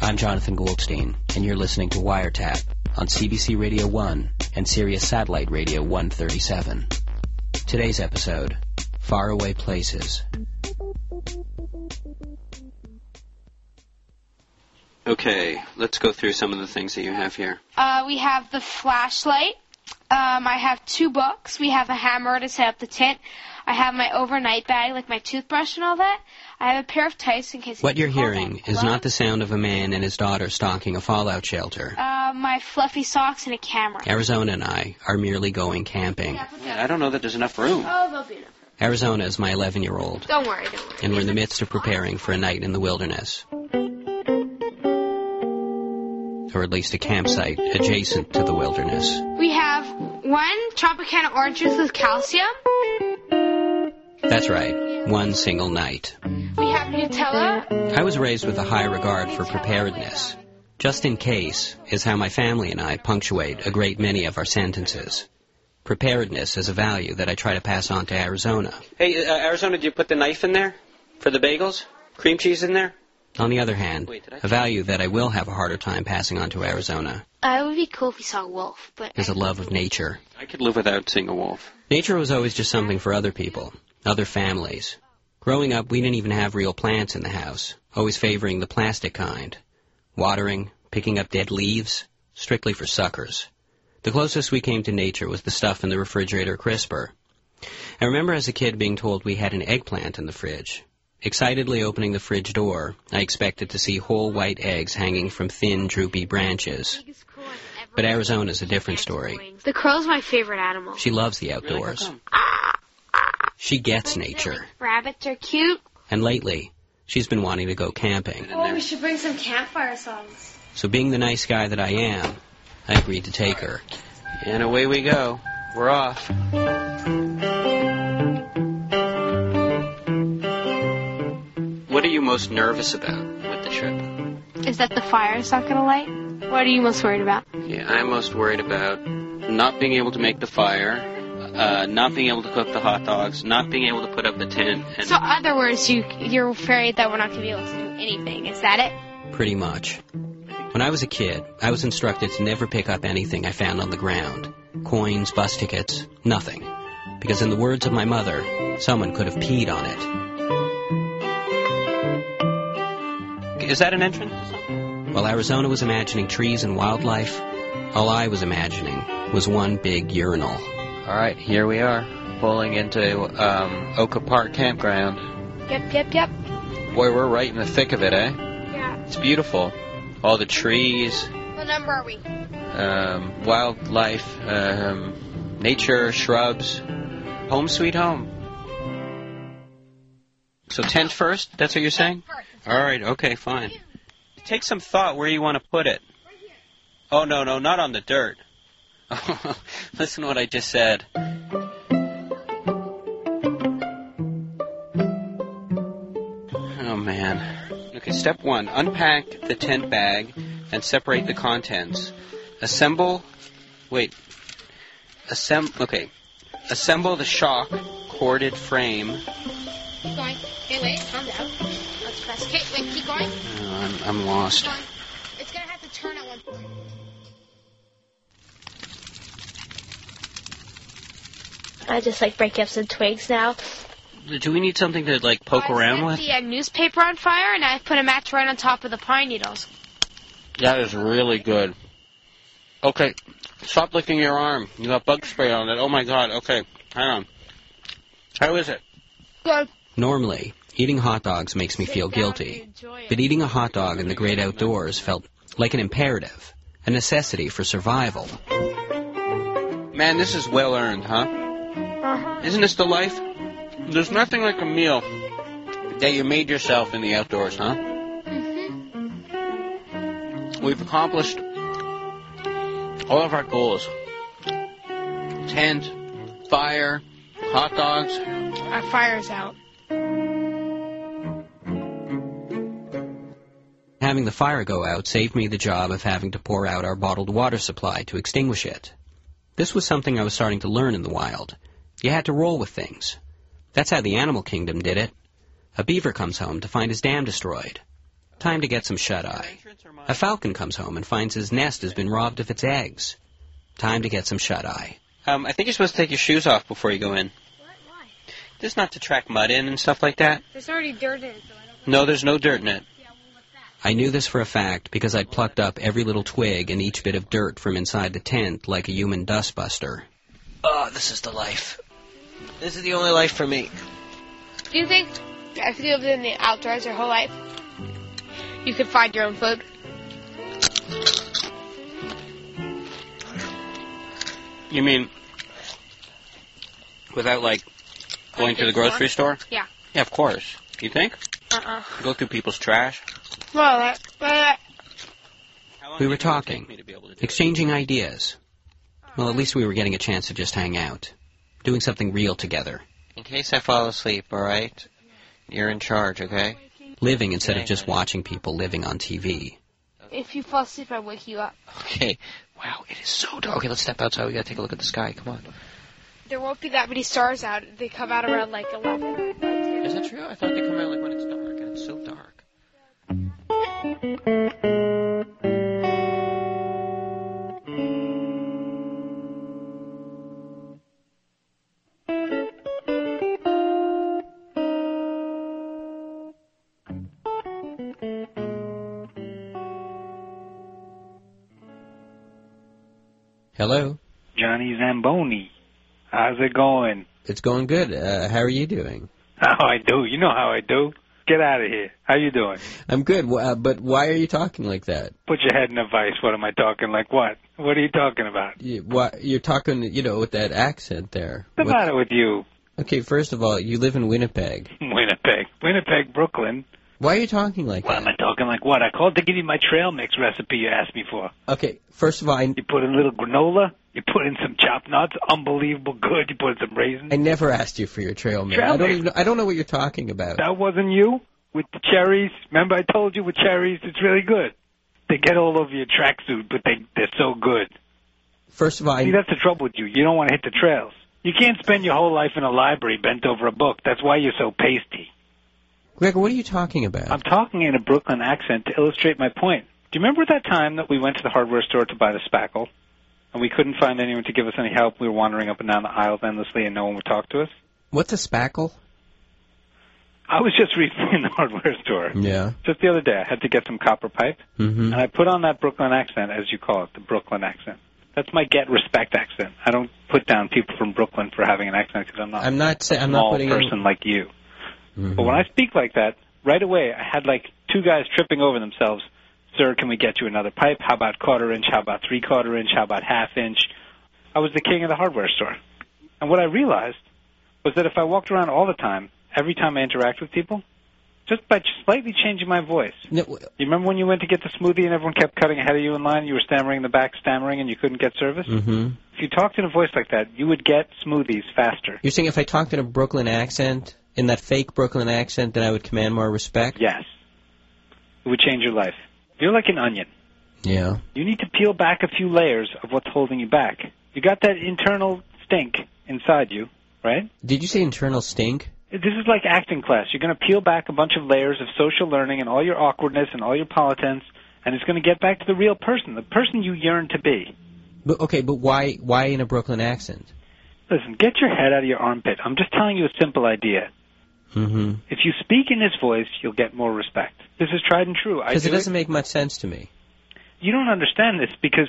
I'm Jonathan Goldstein, and you're listening to Wiretap on CBC Radio 1 and Sirius Satellite Radio 137. Today's episode Faraway Places. Okay, let's go through some of the things that you have here. Uh, we have the flashlight. Um, I have two books. We have a hammer to set up the tent. I have my overnight bag, like my toothbrush and all that. I have a pair of tights in case. What you you're can call hearing them is gloves. not the sound of a man and his daughter stalking a fallout shelter. Uh, my fluffy socks and a camera. Arizona and I are merely going camping. Yeah, put that- I don't know that there's enough room. Oh, they'll be enough. Arizona is my 11 year old, Don't worry, don't worry. and we're in the midst of preparing for a night in the wilderness. Or at least a campsite adjacent to the wilderness. We have one Tropicana orange juice with calcium. That's right, one single night. We have Nutella. I was raised with a high regard for preparedness. Just in case is how my family and I punctuate a great many of our sentences. Preparedness is a value that I try to pass on to Arizona. Hey, uh, Arizona, did you put the knife in there for the bagels? Cream cheese in there? On the other hand, Wait, did I- a value that I will have a harder time passing on to Arizona Uh, it would be cool if we saw a wolf, but is a love of nature. I could live without seeing a wolf. Nature was always just something for other people, other families. Growing up, we didn't even have real plants in the house, always favoring the plastic kind. Watering, picking up dead leaves, strictly for suckers. The closest we came to nature was the stuff in the refrigerator crisper. I remember as a kid being told we had an eggplant in the fridge. Excitedly opening the fridge door, I expected to see whole white eggs hanging from thin, droopy branches. But Arizona's a different story. the crow's my favorite animal. She loves the Really? How outdoors. come? She gets nature. Rabbits are cute. And lately, she's been wanting to go camping. In there. Oh, should bring some campfire songs. So being the nice guy that I am, I agreed to take her. And away we go. We're off. What are you most nervous about with the trip? Is that the fire's not gonna light? What are you most worried about? Yeah, I'm most worried about not being able to make the fire, uh, not being able to cook the hot dogs, not being able to put up the tent, and So, other words, you you're afraid that we're not gonna be able to do anything. Is that it? Pretty much. When I was a kid, I was instructed to never pick up anything I found on the ground coins, bus tickets, nothing. Because, in the words of my mother, someone could have peed on it. is that an entrance? While Arizona was imagining trees and wildlife, all I was imagining was one big urinal. All right, here we are, pulling into um, Oka Park Campground. Yep, yep, yep. Boy, we're right in the thick of it, eh? Yeah. It's beautiful. All the trees, What number are we? um, wildlife, um, nature, shrubs. Home sweet home. So tent first? That's what you're saying? All right, okay, fine. Take some thought where you want to put it. Oh, no, no, not on the dirt. Listen to what I just said. Oh, man. Okay, step one unpack the tent bag and separate the contents. Assemble. Wait. Assemble. Okay. Assemble the shock corded frame. Oh, Keep going. Hey, wait, calm down. Let's press. Okay, wait, keep going. Oh, I'm, I'm lost. Keep going. It's gonna have to turn at one point. I just like break up some twigs now. Do we need something to like poke I around set with? The uh, newspaper on fire, and I put a match right on top of the pine needles. That is really good. Okay, stop licking your arm. You got bug spray on it. Oh my god. Okay, hang on. How is it? Good. Normally, eating hot dogs makes me feel guilty. But eating a hot dog in the great outdoors felt like an imperative, a necessity for survival. Man, this is well earned, huh? Isn't this the life? There's nothing like a meal that you made yourself in the outdoors, huh? We've accomplished all of our goals. Tent, fire, hot dogs, Our fire's out. Having the fire go out saved me the job of having to pour out our bottled water supply to extinguish it. This was something I was starting to learn in the wild. You had to roll with things. That's how the animal kingdom did it. A beaver comes home to find his dam destroyed. Time to get some shut eye. A falcon comes home and finds his nest has been robbed of its eggs. Time to get some shut eye. Um, I think you're supposed to take your shoes off before you go in. What? Why? Just not to track mud in and stuff like that. There's already dirt in it, so I don't. No, there's no dirt in it. Yeah, well, what's that? I knew this for a fact because I'd plucked up every little twig and each bit of dirt from inside the tent like a human dustbuster. Ah, Oh, this is the life. This is the only life for me. Do you think if you lived in the outdoors your whole life, you could find your own food? You mean without like going to the grocery store? Yeah. Yeah, of course. You think? Uh-uh. Go through people's trash. Well, that, well, that, How long We do you think it were would talking. take me to be able to do it? Exchanging ideas. Well, at least we were getting a chance to just hang out. Doing something real together. In case I fall asleep, alright? You're in charge, okay? Living instead of just watching people living on TV. If you fall asleep, I wake you up. Okay. Wow, it is so dark. Okay, let's step outside. We gotta take a look at the sky. Come on. there won't be that many stars out. They come out around like 11. Is that true? I thought they come out like when it's dark, and it's so dark. Hello. Johnny Zamboni. How's it going? It's going good. Uh, how are you doing? How I do? You know how I do. Get out of here. How you doing? I'm good, w- uh, but why are you talking like that? Put your head in the vice. What am I talking? Like what? What are you talking about? You, why, you're talking, you know, with that accent there. What's the What- matter with you? okay, first of all, you live in Winnipeg. Winnipeg. Winnipeg, Brooklyn. Why are you talking like What am I that? talking like what? I called to give you my trail mix recipe you asked me for. Okay, first of all, I, You put in a little granola. You put in some chopped nuts. Unbelievable good. You put in some raisins. I never asked you for your trail mix. Trail I don't mix. even know, I don't know what you're talking about. That wasn't you? With the cherries? Remember I told you with cherries, it's really good. They get all over your tracksuit, but they, they're so good. First of all, See, I, that's the trouble with you. You don't want to hit the trails. You can't spend your whole life in a library bent over a book. That's why you're so pasty. Gregor, what are you talking about? I'm talking in a Brooklyn accent to illustrate my point. Do you remember that time that we went to the hardware store to buy the spackle? And we couldn't find anyone to give us any help. We were wandering up and down the aisles endlessly and no one would talk to us. What's a spackle? I was just recently in the hardware store. Yeah. Just the other day, I had to get some copper pipe. Mm-hmm. And I put on that Brooklyn accent, as you call it, the Brooklyn accent. That's my get respect accent. I don't put down people from Brooklyn for having an accent because I'm not I'm not saying a I'm not small putting person like you. in. Mhm. But when I speak like that, right away, I had like two guys tripping over themselves. Sir, can we get you another pipe? How about quarter inch? How about three quarter inch? How about half inch? I was the king of the hardware store. And what I realized was that if I walked around all the time, every time I interact with people, just by just slightly changing my voice. No, w- You remember when you went to get the smoothie and everyone kept cutting ahead of you in line? You were stammering in the back, stammering, and you couldn't get service? mhm. If you talked in a voice like that, you would get smoothies faster. You're saying if I talked in a Brooklyn accent, in that fake Brooklyn accent, then I would command more respect? Yes. It would change your life. You're like an onion. Yeah. You need to peel back a few layers of what's holding you back. You got that internal stink inside you, right? Did you say internal stink? This is like acting class. You're going to peel back a bunch of layers of social learning and all your awkwardness and all your politics, and it's going to get back to the real person, the person you yearn to be. But okay, but why why in a Brooklyn accent? Listen, get your head out of your armpit. I'm just telling you a simple idea. Mm-hmm. If you speak in this voice, you'll get more respect. This is tried and true. I Because it do it. doesn't make much sense to me. You don't understand this because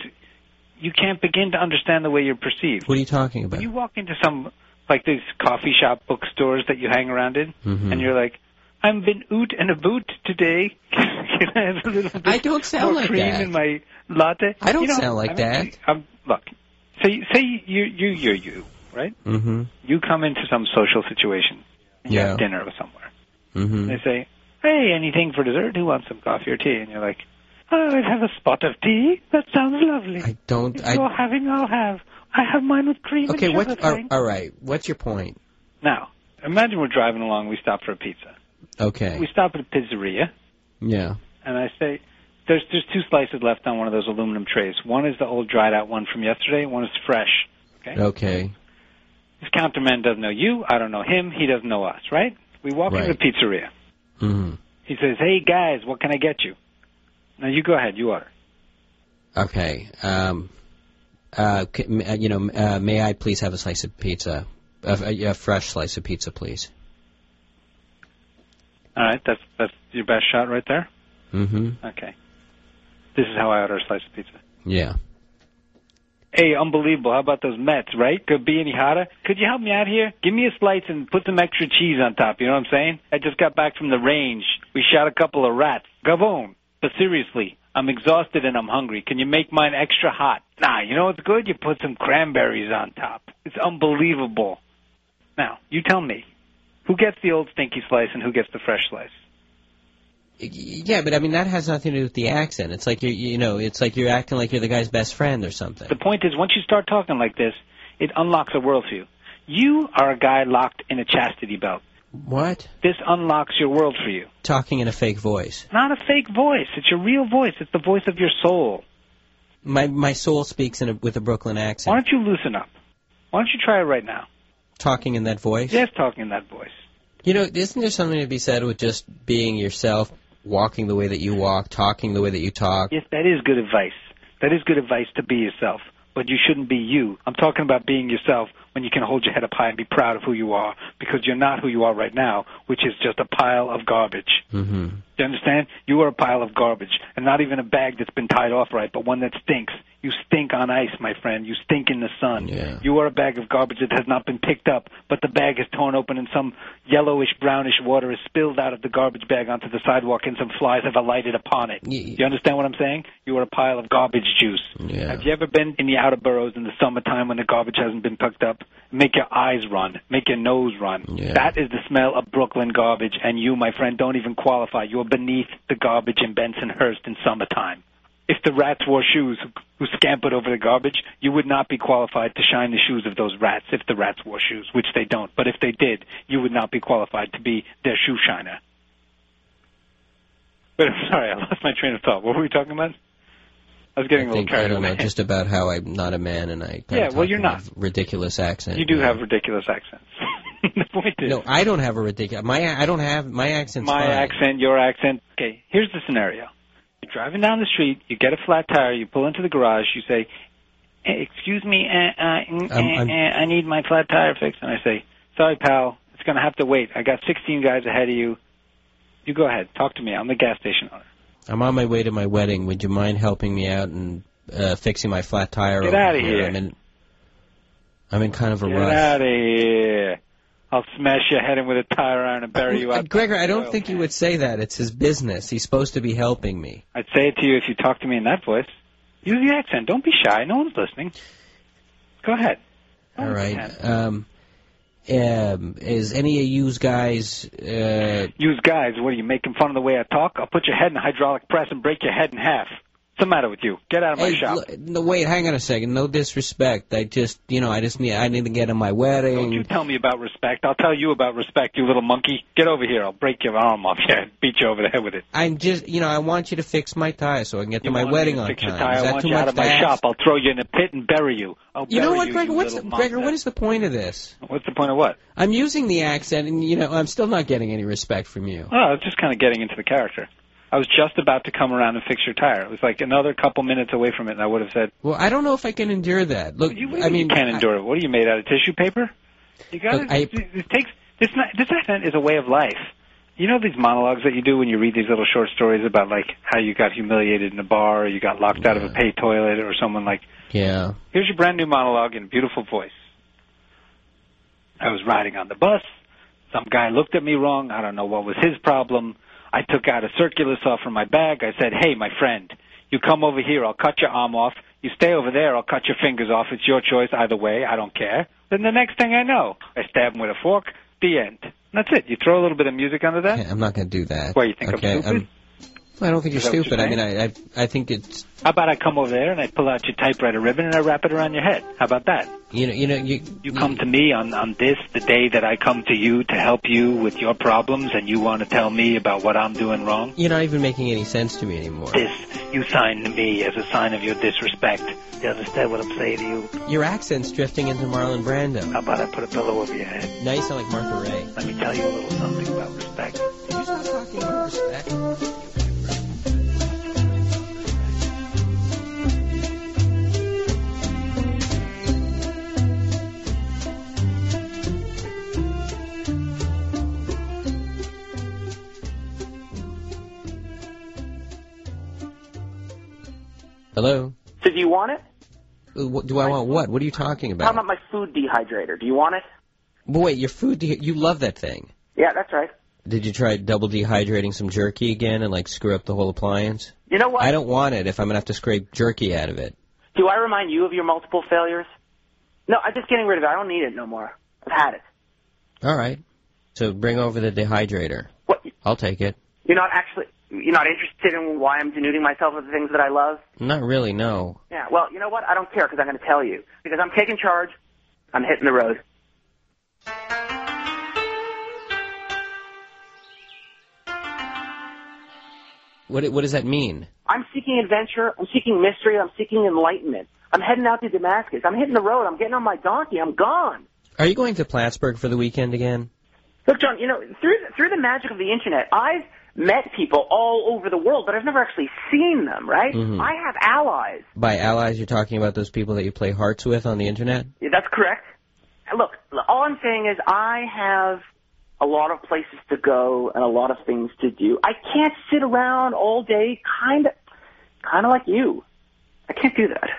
you can't begin to understand the way you're perceived. What are you talking about? When you walk into some like these coffee shop bookstores that you hang around in, Mhm. and you're like, "I'm been oot and a boot today." Can I have a little bit I don't sound more like cream that. in my latte? I don't You know, sound like I that. I'm, look, say say you you you're you, right? Mm-hmm. You come into some social situation, and you Yeah. have dinner with somewhere. Mm-hmm. They say, "Hey, anything for dessert? Who wants some coffee or tea?" And you're like, "Oh, I'd have a spot of tea. That sounds lovely. I don't. if I. you're having, I'll have. I have mine with cream Okay. and What? sugar, All, thank all right. What's your point? Now, imagine we're driving along, we stop for a pizza. Okay. We stop at a pizzeria, Yeah. and I say, there's, there's two slices left on one of those aluminum trays. One is the old dried out one from yesterday, one is fresh. Okay. This counterman doesn't know you, I don't know him, he doesn't know us, right? We walk Right. into the pizzeria. Mm-hmm. He says, "Hey guys, what can I get you?" Now you go ahead. You order. Okay. Um, uh, c- m- uh, you know, m- uh, may I please have a slice of pizza? A, a, a fresh slice of pizza, please. All right, that's that's your best shot right there. Mm-hmm. Okay. This is how I order a slice of pizza. Yeah. Hey, unbelievable. How about those Mets, right? Could be any hotter. Could you help me out here? Give me a slice and put some extra cheese on top. You know what I'm saying? I just got back from the range. We shot a couple of rats. Gavone. But seriously, I'm exhausted and I'm hungry. Can you make mine extra hot? Nah, you know what's good? You put some cranberries on top. It's unbelievable. Now, you tell me. Who gets the old stinky slice and who gets the fresh slice? Yeah, but I mean that has nothing to do with the accent. It's like you're, you know, it's like you're acting like you're the guy's best friend or something. The point is, once you start talking like this, it unlocks a world for you. You are a guy locked in a chastity belt. What? This unlocks your world for you. Talking in a fake voice. It's not a fake voice. It's your real voice. It's the voice of your soul. My my soul speaks in a, with a Brooklyn accent. Why don't you loosen up? Why don't you try it right now? Talking in that voice. Yes, talking in that voice. You know, isn't there something to be said with just being yourself, walking the way that you walk, talking the way that you talk? Yes, that is good advice. That is good advice to be yourself. But you shouldn't be you. I'm talking about being yourself when you can hold your head up high and be proud of who you are because you're not who you are right now, which is just a pile of garbage. Mm-hmm. Do you understand? You are a pile of garbage and not even a bag that's been tied off right, but one that stinks. You stink on ice, my friend. You stink in the sun. Yeah. You are a bag of garbage that has not been picked up, but the bag is torn open and some yellowish brownish water is spilled out of the garbage bag onto the sidewalk and some flies have alighted upon it. Y- You understand what I'm saying? You are a pile of garbage juice. Yeah. Have you ever been in the outer boroughs in the summertime when the garbage hasn't been picked up? Make your eyes run. Make your nose run. Yeah. That is the smell of Brooklyn garbage, and you, my friend, don't even qualify. You're beneath the garbage in Bensonhurst in summertime. If the rats wore shoes who, who scampered over the garbage, you would not be qualified to shine the shoes of those rats if the rats wore shoes, which they don't. But if they did, you would not be qualified to be their shoe shiner. But I'm sorry, I lost my train of thought. What were we talking about? I was getting I a little think carried I don't know away. just about how I'm not a man and I. kinda Yeah, well, talk you're in not. a ridiculous accent. You do yeah. have ridiculous accents. the point is, No, I don't have a ridiculous. My I don't have my accent's my fine. accent, your accent. Okay, here's the scenario. You're driving down the street, you get a flat tire, you pull into the garage, you say, "Eh, excuse me, uh, uh, I'm- mm, eh, I'm- eh, I need my flat tire fixed. And I say, sorry, pal, it's going to have to wait. I got 16 guys ahead of you. You go ahead. Talk to me. I'm the gas station owner. I'm on my way to my wedding. Would you mind helping me out and uh, fixing my flat tire? Get over outta here. I'm in, I'm in kind of a Get rush. out of here. I'll smash your head in with a tire iron and bury you Uh, out. Gregor, I Well, don't think you would say that. It's his business. He's supposed to be helping me. I'd say it to you if you talk to me in that voice. Use the accent. Don't be shy. No one's listening. Go ahead. No All one's right. listening. Um, um, is any of you guys? Uh, Use guys. What are you making fun of the way I talk? I'll put your head in a hydraulic press and break your head in half. What's the matter with you? Get out of my hey, shop. l- no, wait. Hang on a second. No disrespect. I just, you know, I just need. I need to get to my wedding. Don't you tell me about respect. I'll tell you about respect, you little monkey. Get over here. I'll break your arm off your head. Beat you over the head with it. I'm just, you know, I want you to fix my tire so I can get You to my want me wedding to on fix time. Your tire. Is that I want too you much out of to my ask? shop. I'll throw you in a pit and bury you. I'll You know bury what, you, Gregor? you What's little Gregor? monster. What is the point of this? What's the point of what? I'm using the accent, and you know, I'm still not getting any respect from you. Oh, I was just kind of getting into the character. I was just about to come around and fix your tire. It was like another couple minutes away from it, and I would have said, Well, I don't know if I can endure that. Look, "You, what do I you mean, can't I- endure it. What are you made out of tissue paper? You got Look, I- to It takes this. not- This accent is a way of life. You know these monologues that you do when you read these little short stories about like how you got humiliated in a bar, or you got locked out of Yeah. a pay toilet, or someone like yeah. Here's your brand new monologue in a beautiful voice. I was riding on the bus. Some guy looked at me wrong. I don't know what was his problem. I took out a circular saw from my bag. I said, Hey, my friend, you come over here, I'll cut your arm off. You stay over there, I'll cut your fingers off. It's your choice either way. I don't care. Then the next thing I know, I stab him with a fork. The end. That's it. You throw a little bit of music under that. Okay, I'm not going to do that. Why, you think I'm okay, um, stupid? I don't think you're Is that what stupid. you're I mean, I, I I think it's How about I come over there and I pull out your typewriter ribbon and I wrap it around your head? How about that? you know you know you You come to me on, on this, the day that I come to you to help you with your problems, and you want to tell me about what I'm doing wrong? You're not even making any sense to me anymore. This, you sign to me as a sign of your disrespect. You understand what I'm saying to you? Your accent's drifting into Marlon Brando. How about I put a pillow over your head? Now you sound like Martha Ray. Let me tell you a little something about respect. Who's not talking about respect. Hello? So do you want it? Uh, What, do I want what? What are you talking How about? about my food dehydrator? Do you want it? But wait, your food, de- you love that thing. Yeah, that's right. Did you try double dehydrating some jerky again and like screw up the whole appliance? You know what? I don't want it if I'm gonna have to scrape jerky out of it. Do I remind you of your multiple failures? No, I'm just getting rid of it. I don't need it no more. I've had it. All right. So bring over the dehydrator. What? I'll take it. You're not actually. You're not interested in why I'm denuding myself of the things that I love. Not really, no. Yeah. Well, you know what? I don't care because I'm going to tell you because I'm taking charge. I'm hitting the road. What what does that mean? I'm seeking adventure. I'm seeking mystery. I'm seeking enlightenment. I'm heading out to Damascus. I'm hitting the road. I'm getting on my donkey. I'm gone. Are you going to Plattsburgh for the weekend again? Look, John. You know, through through the magic of the internet, I've met people all over the world, but I've never actually seen them. Right? Mhm. I have allies. By allies, you're talking about those people that you play hearts with on the internet? Yeah, that's correct. Look, all I'm saying is I have a lot of places to go and a lot of things to do. I can't sit around all day, kind of, kind of like you. I can't do that.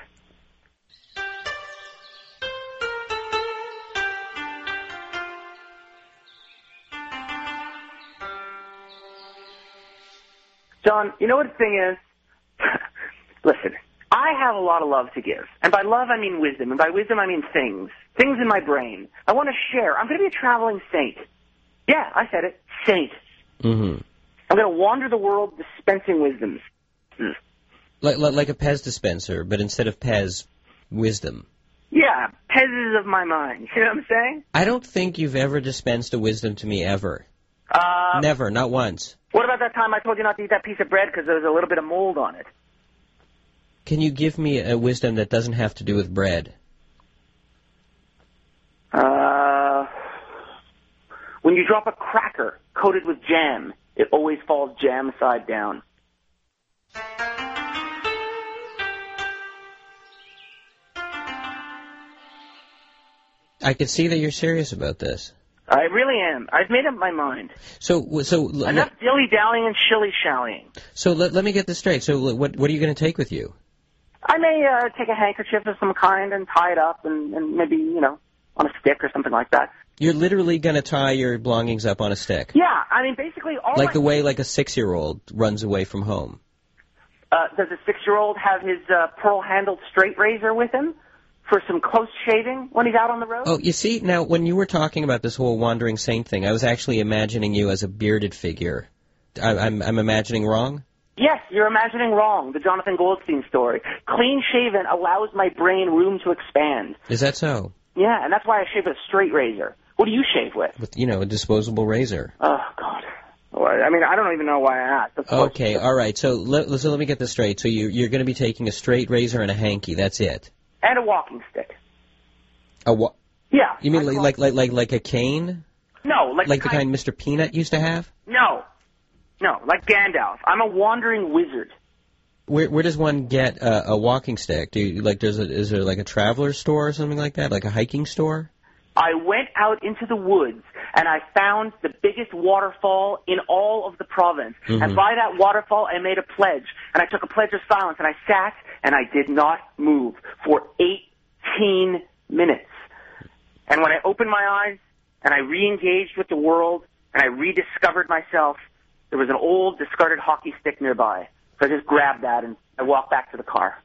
John, you know what the thing is? Listen, I have a lot of love to give. And by love, I mean wisdom. And by wisdom, I mean things. Things in my brain. I want to share. I'm going to be a traveling saint. Yeah, I said it. Saint. Mm-hmm. I'm going to wander the world dispensing wisdoms. Like, like like a Pez dispenser, but instead of Pez, wisdom. Yeah, pezzes of my mind. You know what I'm saying? I don't think you've ever dispensed a wisdom to me ever. Uh, Never, not once. what about that time I told you not to eat that piece of bread because there was a little bit of mold on it? Can you give me a wisdom that doesn't have to do with bread? Uh, when you drop a cracker coated with jam, it always falls jam side down. I can see that you're serious about this. I really am. I've made up my mind. So so l- Enough dilly dallying and shilly shallying. so let, let me get this straight. So l- what what are you going to take with you? I may uh, take a handkerchief of some kind and tie it up, and, and maybe you know on a stick or something like that. You're literally going to tie your belongings up on a stick, Yeah, I mean basically all. like my, the way like a six-year-old runs away from home. uh, does a six-year-old have his uh, pearl-handled straight razor with him for some close shaving when he's out on the road? Oh, you see, now when you were talking about this whole wandering saint thing, I was actually imagining you as a bearded figure. I, I'm, I'm imagining wrong. Yes, you're imagining wrong. The Jonathan Goldstein story. Clean-shaven allows my brain room to expand. Is that so? Yeah, and that's why I shave with a straight razor. What do you shave with? With you know a disposable razor. Oh God. Well, I mean, I don't even know why I asked. Of course. Okay, all right. So let so let me get this straight. So you you're going to be taking a straight razor and a hanky. That's it. And a walking stick. A wa- Yeah. You mean I- like like like like like a cane, No, like, like the kind Mr. Peanut used to have? No, no, like Gandalf. I'm a wandering wizard. Where where does one get a, a walking stick? Do you, like there's a is there like a traveler's store or something like that, like a hiking store? I went out into the woods and I found the biggest waterfall in all of the province. Mhm. And by that waterfall, I made a pledge. And I took a pledge of silence and I sat and I did not move for 18 minutes. And when I opened my eyes and I re-engaged with the world and I rediscovered myself, there was an old discarded hockey stick nearby. So I just grabbed that and I walked back to the car.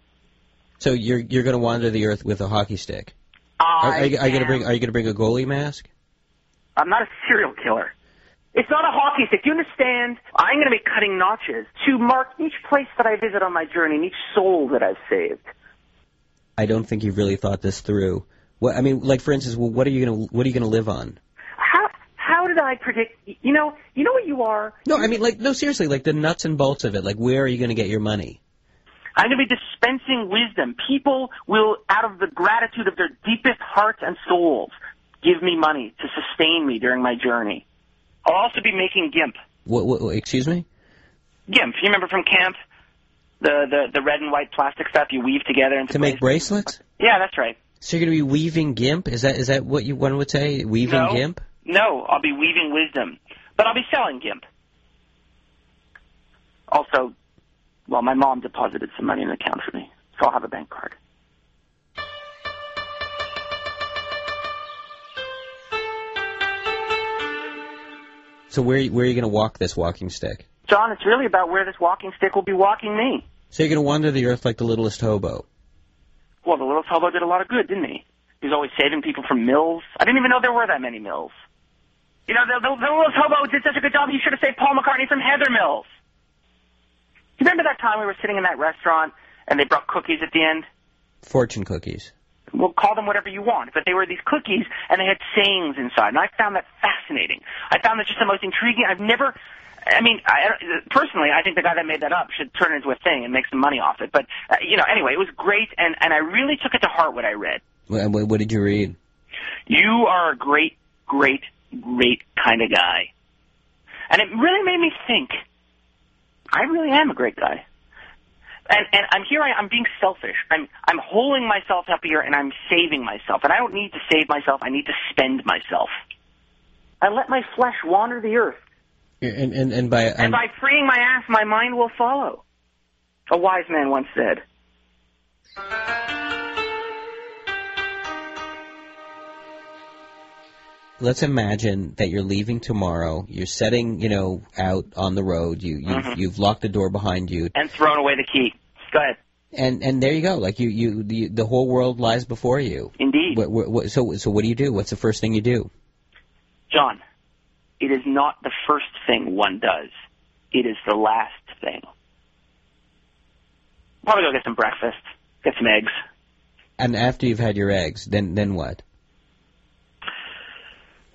So you're you're going to wander the earth with a hockey stick. Are, I are you, are you going to am- bring are you going to bring a goalie mask? I'm not a serial killer. It's not a hockey stick. Do you understand? I'm going to be cutting notches to mark each place that I visit on my journey and each soul that I've saved. I don't think you've really thought this through. What I mean, like for instance, well, what are you going to what are you going to live on? How how did I predict? You know, you know what you are. No, I mean like no seriously, like the nuts and bolts of it. Like where are you going to get your money? I'm going to be dispensing wisdom. People will, out of the gratitude of their deepest hearts and souls, give me money to sustain me during my journey. I'll also be making gimp. What, what, what- excuse me? Yeah, if you remember from camp, the, the, the red and white plastic stuff you weave together into to make bracelets? Yeah, that's right. So you're going to be weaving gimp? Is that is that what you one would say? Weaving No. gimp? No, I'll be weaving wisdom, but I'll be selling gimp. Also, well, my mom deposited some money in an account for me, so I'll have a bank card. So where where are you going to walk this walking stick? John, it's really about where this walking stick will be walking me. So you're going to wander the earth like the littlest hobo. Well, the little hobo did a lot of good, didn't he? He was always saving people from mills. I didn't even know there were that many mills. You know, the, the, the little hobo did such a good job, he should have saved Paul McCartney from Heather Mills. You remember that time we were sitting in that restaurant and they brought cookies at the end? Fortune cookies. Well, call them whatever you want, but they were these cookies and they had sayings inside, and I found that fascinating. I found that just the most intriguing. I've never, I mean, I, personally, I think the guy that made that up should turn it into a thing and make some money off it. But uh, you know, anyway, it was great, and and I really took it to heart what I read. What, what did you read? You are a great, great, great kind of guy, and it really made me think. I really am a great guy. And, and I'm here. I, I'm being selfish. I'm I'm holding myself up here, and I'm saving myself. And I don't need to save myself. I need to spend myself. I let my flesh wander the earth, And and, and by um, and by freeing my ass, my mind will follow. A wise man once said. let's imagine that you're leaving tomorrow. You're setting you know out on the road. You you've, Mhm. you've locked the door behind you, and thrown away the key. Go ahead. and and there you go. Like you you the, the whole world lies before you. Indeed, What, what, what, so so what do you do? What's the first thing you do? John, it is not the first thing one does. It is the last thing. Probably go get some breakfast, get some eggs. And after you've had your eggs, then then what?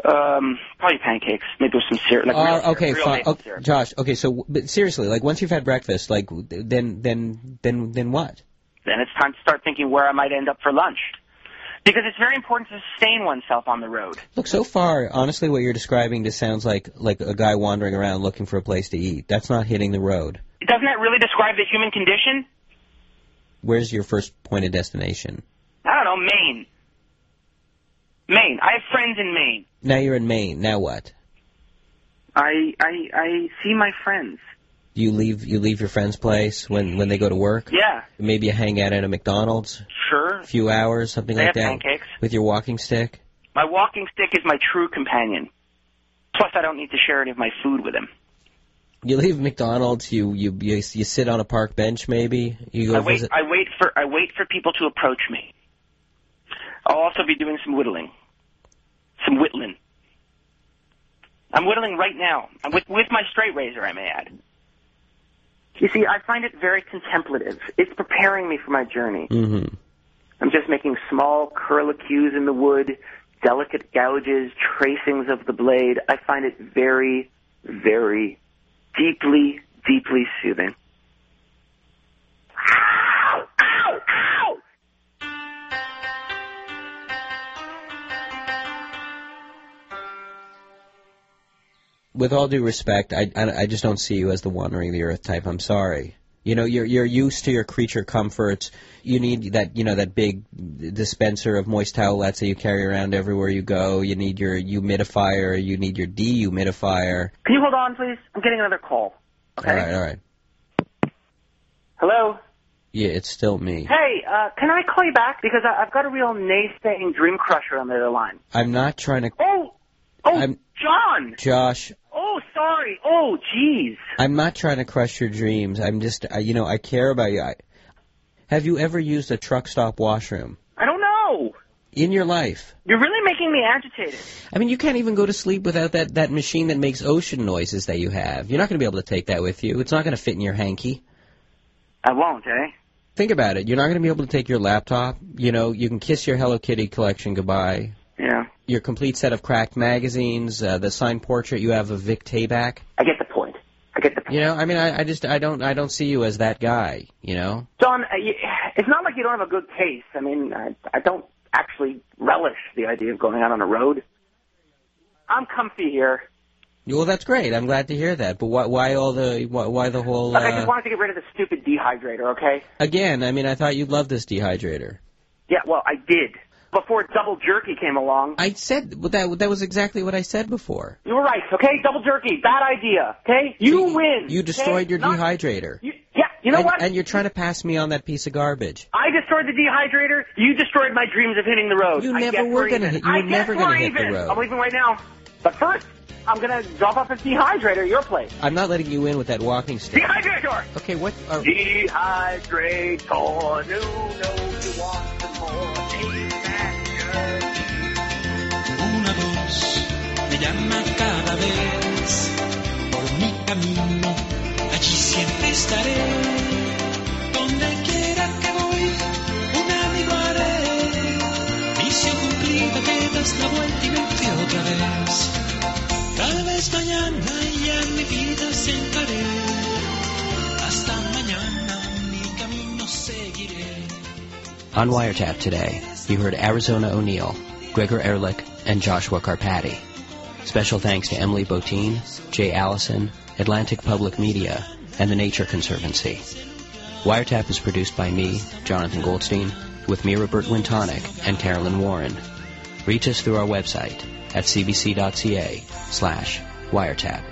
Um, probably pancakes, maybe with some syrup. Like real Uh, syrup, okay, real fine. maple Okay, syrup. Josh. Okay, so but seriously, like once you've had breakfast, like then then then then what? Then it's time to start thinking where I might end up for lunch. Because it's very important to sustain oneself on the road. Look, so far, honestly, what you're describing just sounds like like a guy wandering around looking for a place to eat. That's not hitting the road. Doesn't that really describe the human condition? Where's your first point of destination? I don't know, Maine. Maine. I have friends in Maine. Now you're in Maine. Now what? I, I, I see my friends. You leave you leave your friend's place when when they go to work. Yeah, Maybe you hang out at a McDonald's, sure. a few hours, something They like have that, pancakes. with your walking stick. My walking stick is my true companion. Plus, I don't need to share any of my food with him. You leave McDonald's. You you you, you sit on a park bench, maybe. You go I wait. visit. I wait for. I wait for people to approach me. I'll also be doing some whittling, some whittling. I'm whittling right now I'm with with my straight razor. I may add. You see, I find it very contemplative. It's preparing me for my journey. hmm I'm just making small curlicues in the wood, delicate gouges, tracings of the blade. I find it very, very deeply, deeply soothing. Ow! Ow! Ow! with all due respect, I, I, I just don't see you as the wandering the earth type. I'm sorry. You know, you're you're used to your creature comforts. You need that you know that big dispenser of moist towelettes that you carry around everywhere you go. You need your humidifier. You need your dehumidifier. Can you hold on, please? I'm getting another call. Okay. All right, all right. Hello. Yeah, it's still me. Hey, uh, can I call you back because I, I've got a real naysaying dream crusher on the other line. I'm not trying to. Oh, oh, I'm- John. Josh, Oh, sorry. Oh, jeez. I'm not trying to crush your dreams. I'm just, I, you know, I care about you. I, have you ever used a truck stop washroom I don't know. in your life? You're really making me agitated. I mean, you can't even go to sleep without that, that machine that makes ocean noises that you have. You're not going to be able to take that with you. It's not going to fit in your hanky. I won't, eh? Think about it. You're not going to be able to take your laptop. You know, you can kiss your Hello Kitty collection goodbye. Yeah. Your complete set of cracked magazines, uh, the signed portrait you have of Vic Tayback. I get the point. I get the point. You know, I mean, I, I just, I don't, I don't see you as that guy. You know, John, uh, you, it's not like you don't have a good case. I mean, I, I don't actually relish the idea of going out on the road. I'm comfy here. Well, that's great. I'm glad to hear that. But why, why all the why, why the whole? Look, I just Uh, wanted to get rid of the stupid dehydrator, okay? again, I mean, I thought you'd love this dehydrator. Yeah, well, I did. Before double jerky came along. I said well, that that was exactly what I said before. You were right, okay? Double jerky, bad idea, okay? You win. You destroyed okay? your Not- dehydrator. You, yeah, you know and, what? and you're trying to pass me on that piece of garbage. I destroyed the dehydrator. You destroyed my dreams of hitting the road. You I never guess were we're gonna even. hit- you I were guess never we're gonna hit the even. road. I'm leaving right now. But first, I'm gonna drop off this dehydrator at your place. I'm not letting you in with that walking stick. Dehydrator! Okay, what? Are, Dehydrator, no, no, you want some more. Take that jerky. Una voz me llama cada vez por mi camino, allí siempre estaré. Donde quiera que voy, un amigo haré. Misión cumplida, que das la vuelta y vente otra vez. Tal vez mañana ya mi vida sentaré. Hasta mañana mi camino seguiré. On Wiretap today, you heard Arizona O'Neill, Gregor Ehrlich, and Joshua Carpati. Special thanks to Emily Botine, Jay Allison, Atlantic Public Media, and the Nature Conservancy. Wiretap is produced by me, Jonathan Goldstein, with Mira Burt-Wintonic and Carolyn Warren. Reach us through our website at cbc.ca slash wiretap.